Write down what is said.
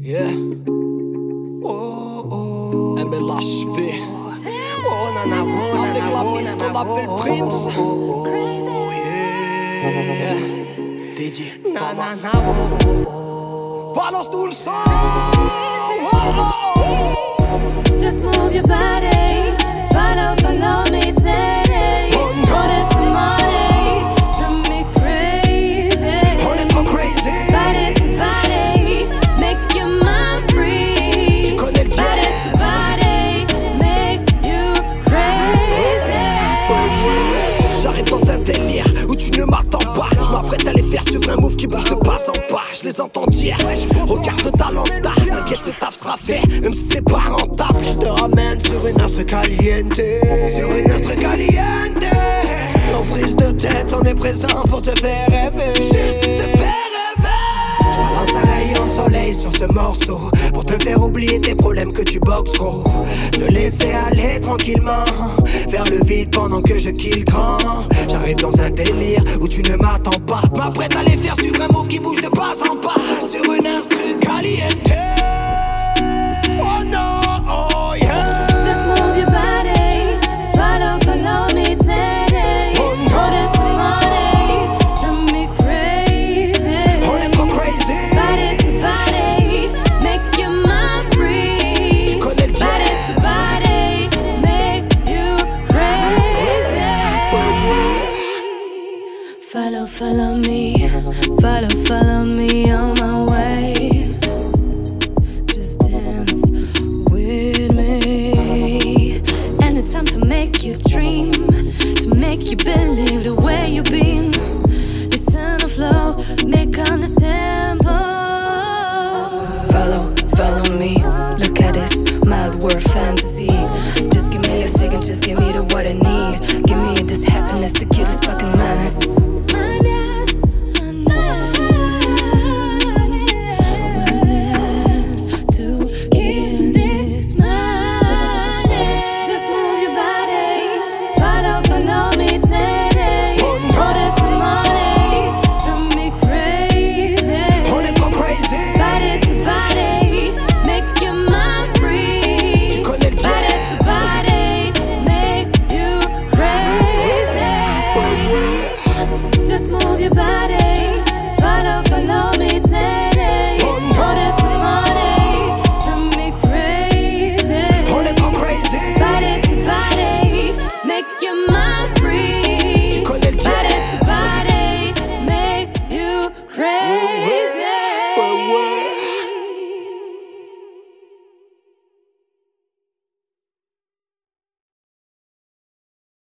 Yeah. Oh, oh. MLHV. Oh, nana, oh, nana, Avec la oh, piste nana, qu'on appelle oh, Prims. Oh, oh, oh, yeah. DJ Nana, Famas. na, oh, oh, oh. Balance tout le sang Just move your body. Follow, follow me, daddy. Oh, no. All this money drive me crazy. Oh, they go crazy. Body to body, make your mind free. Tu connais le Body jazz. to body, make you crazy. J'arrive dans un délire où tu ne m'attends pas. Je m'apprête à les faire suivre un move qui bouge de pas en pas. Je les entends dire, regarde Talenta. T'inquiète, le taf sera fait, même si c'est pas rentable. Je te ramène sur une astre caliente. Sur une astre caliente. En prise de tête, on est présent pour te faire rêver. Juste te faire rêver. Je balance un rayon de soleil sur ce morceau Pour te faire oublier tes problèmes que tu boxes gros Te laisser aller tranquillement Vers le vide pendant que je kill grand J'arrive dans un délire où tu ne m'attends pas M'apprête à les faire suivre un move qui bouge de pas en pas Sur une instru caliente Oh non, oh yeah Just move your body, follow, follow me, daddy. Oh, no. All this money drive me crazy. On est trop crazy Body to body, make your mind free. Tu connais le Body jazz. to body, make you crazy. Follow, follow me, follow, follow me on my way. Just dance with me. And it's time to make you dream, to make you believe the way you've been. Listen to flow, make on the tempo. Follow, follow me. Look at this mild world fantasy. Just give me a second, just give me the what I need. Give me this happiness to kill this fucking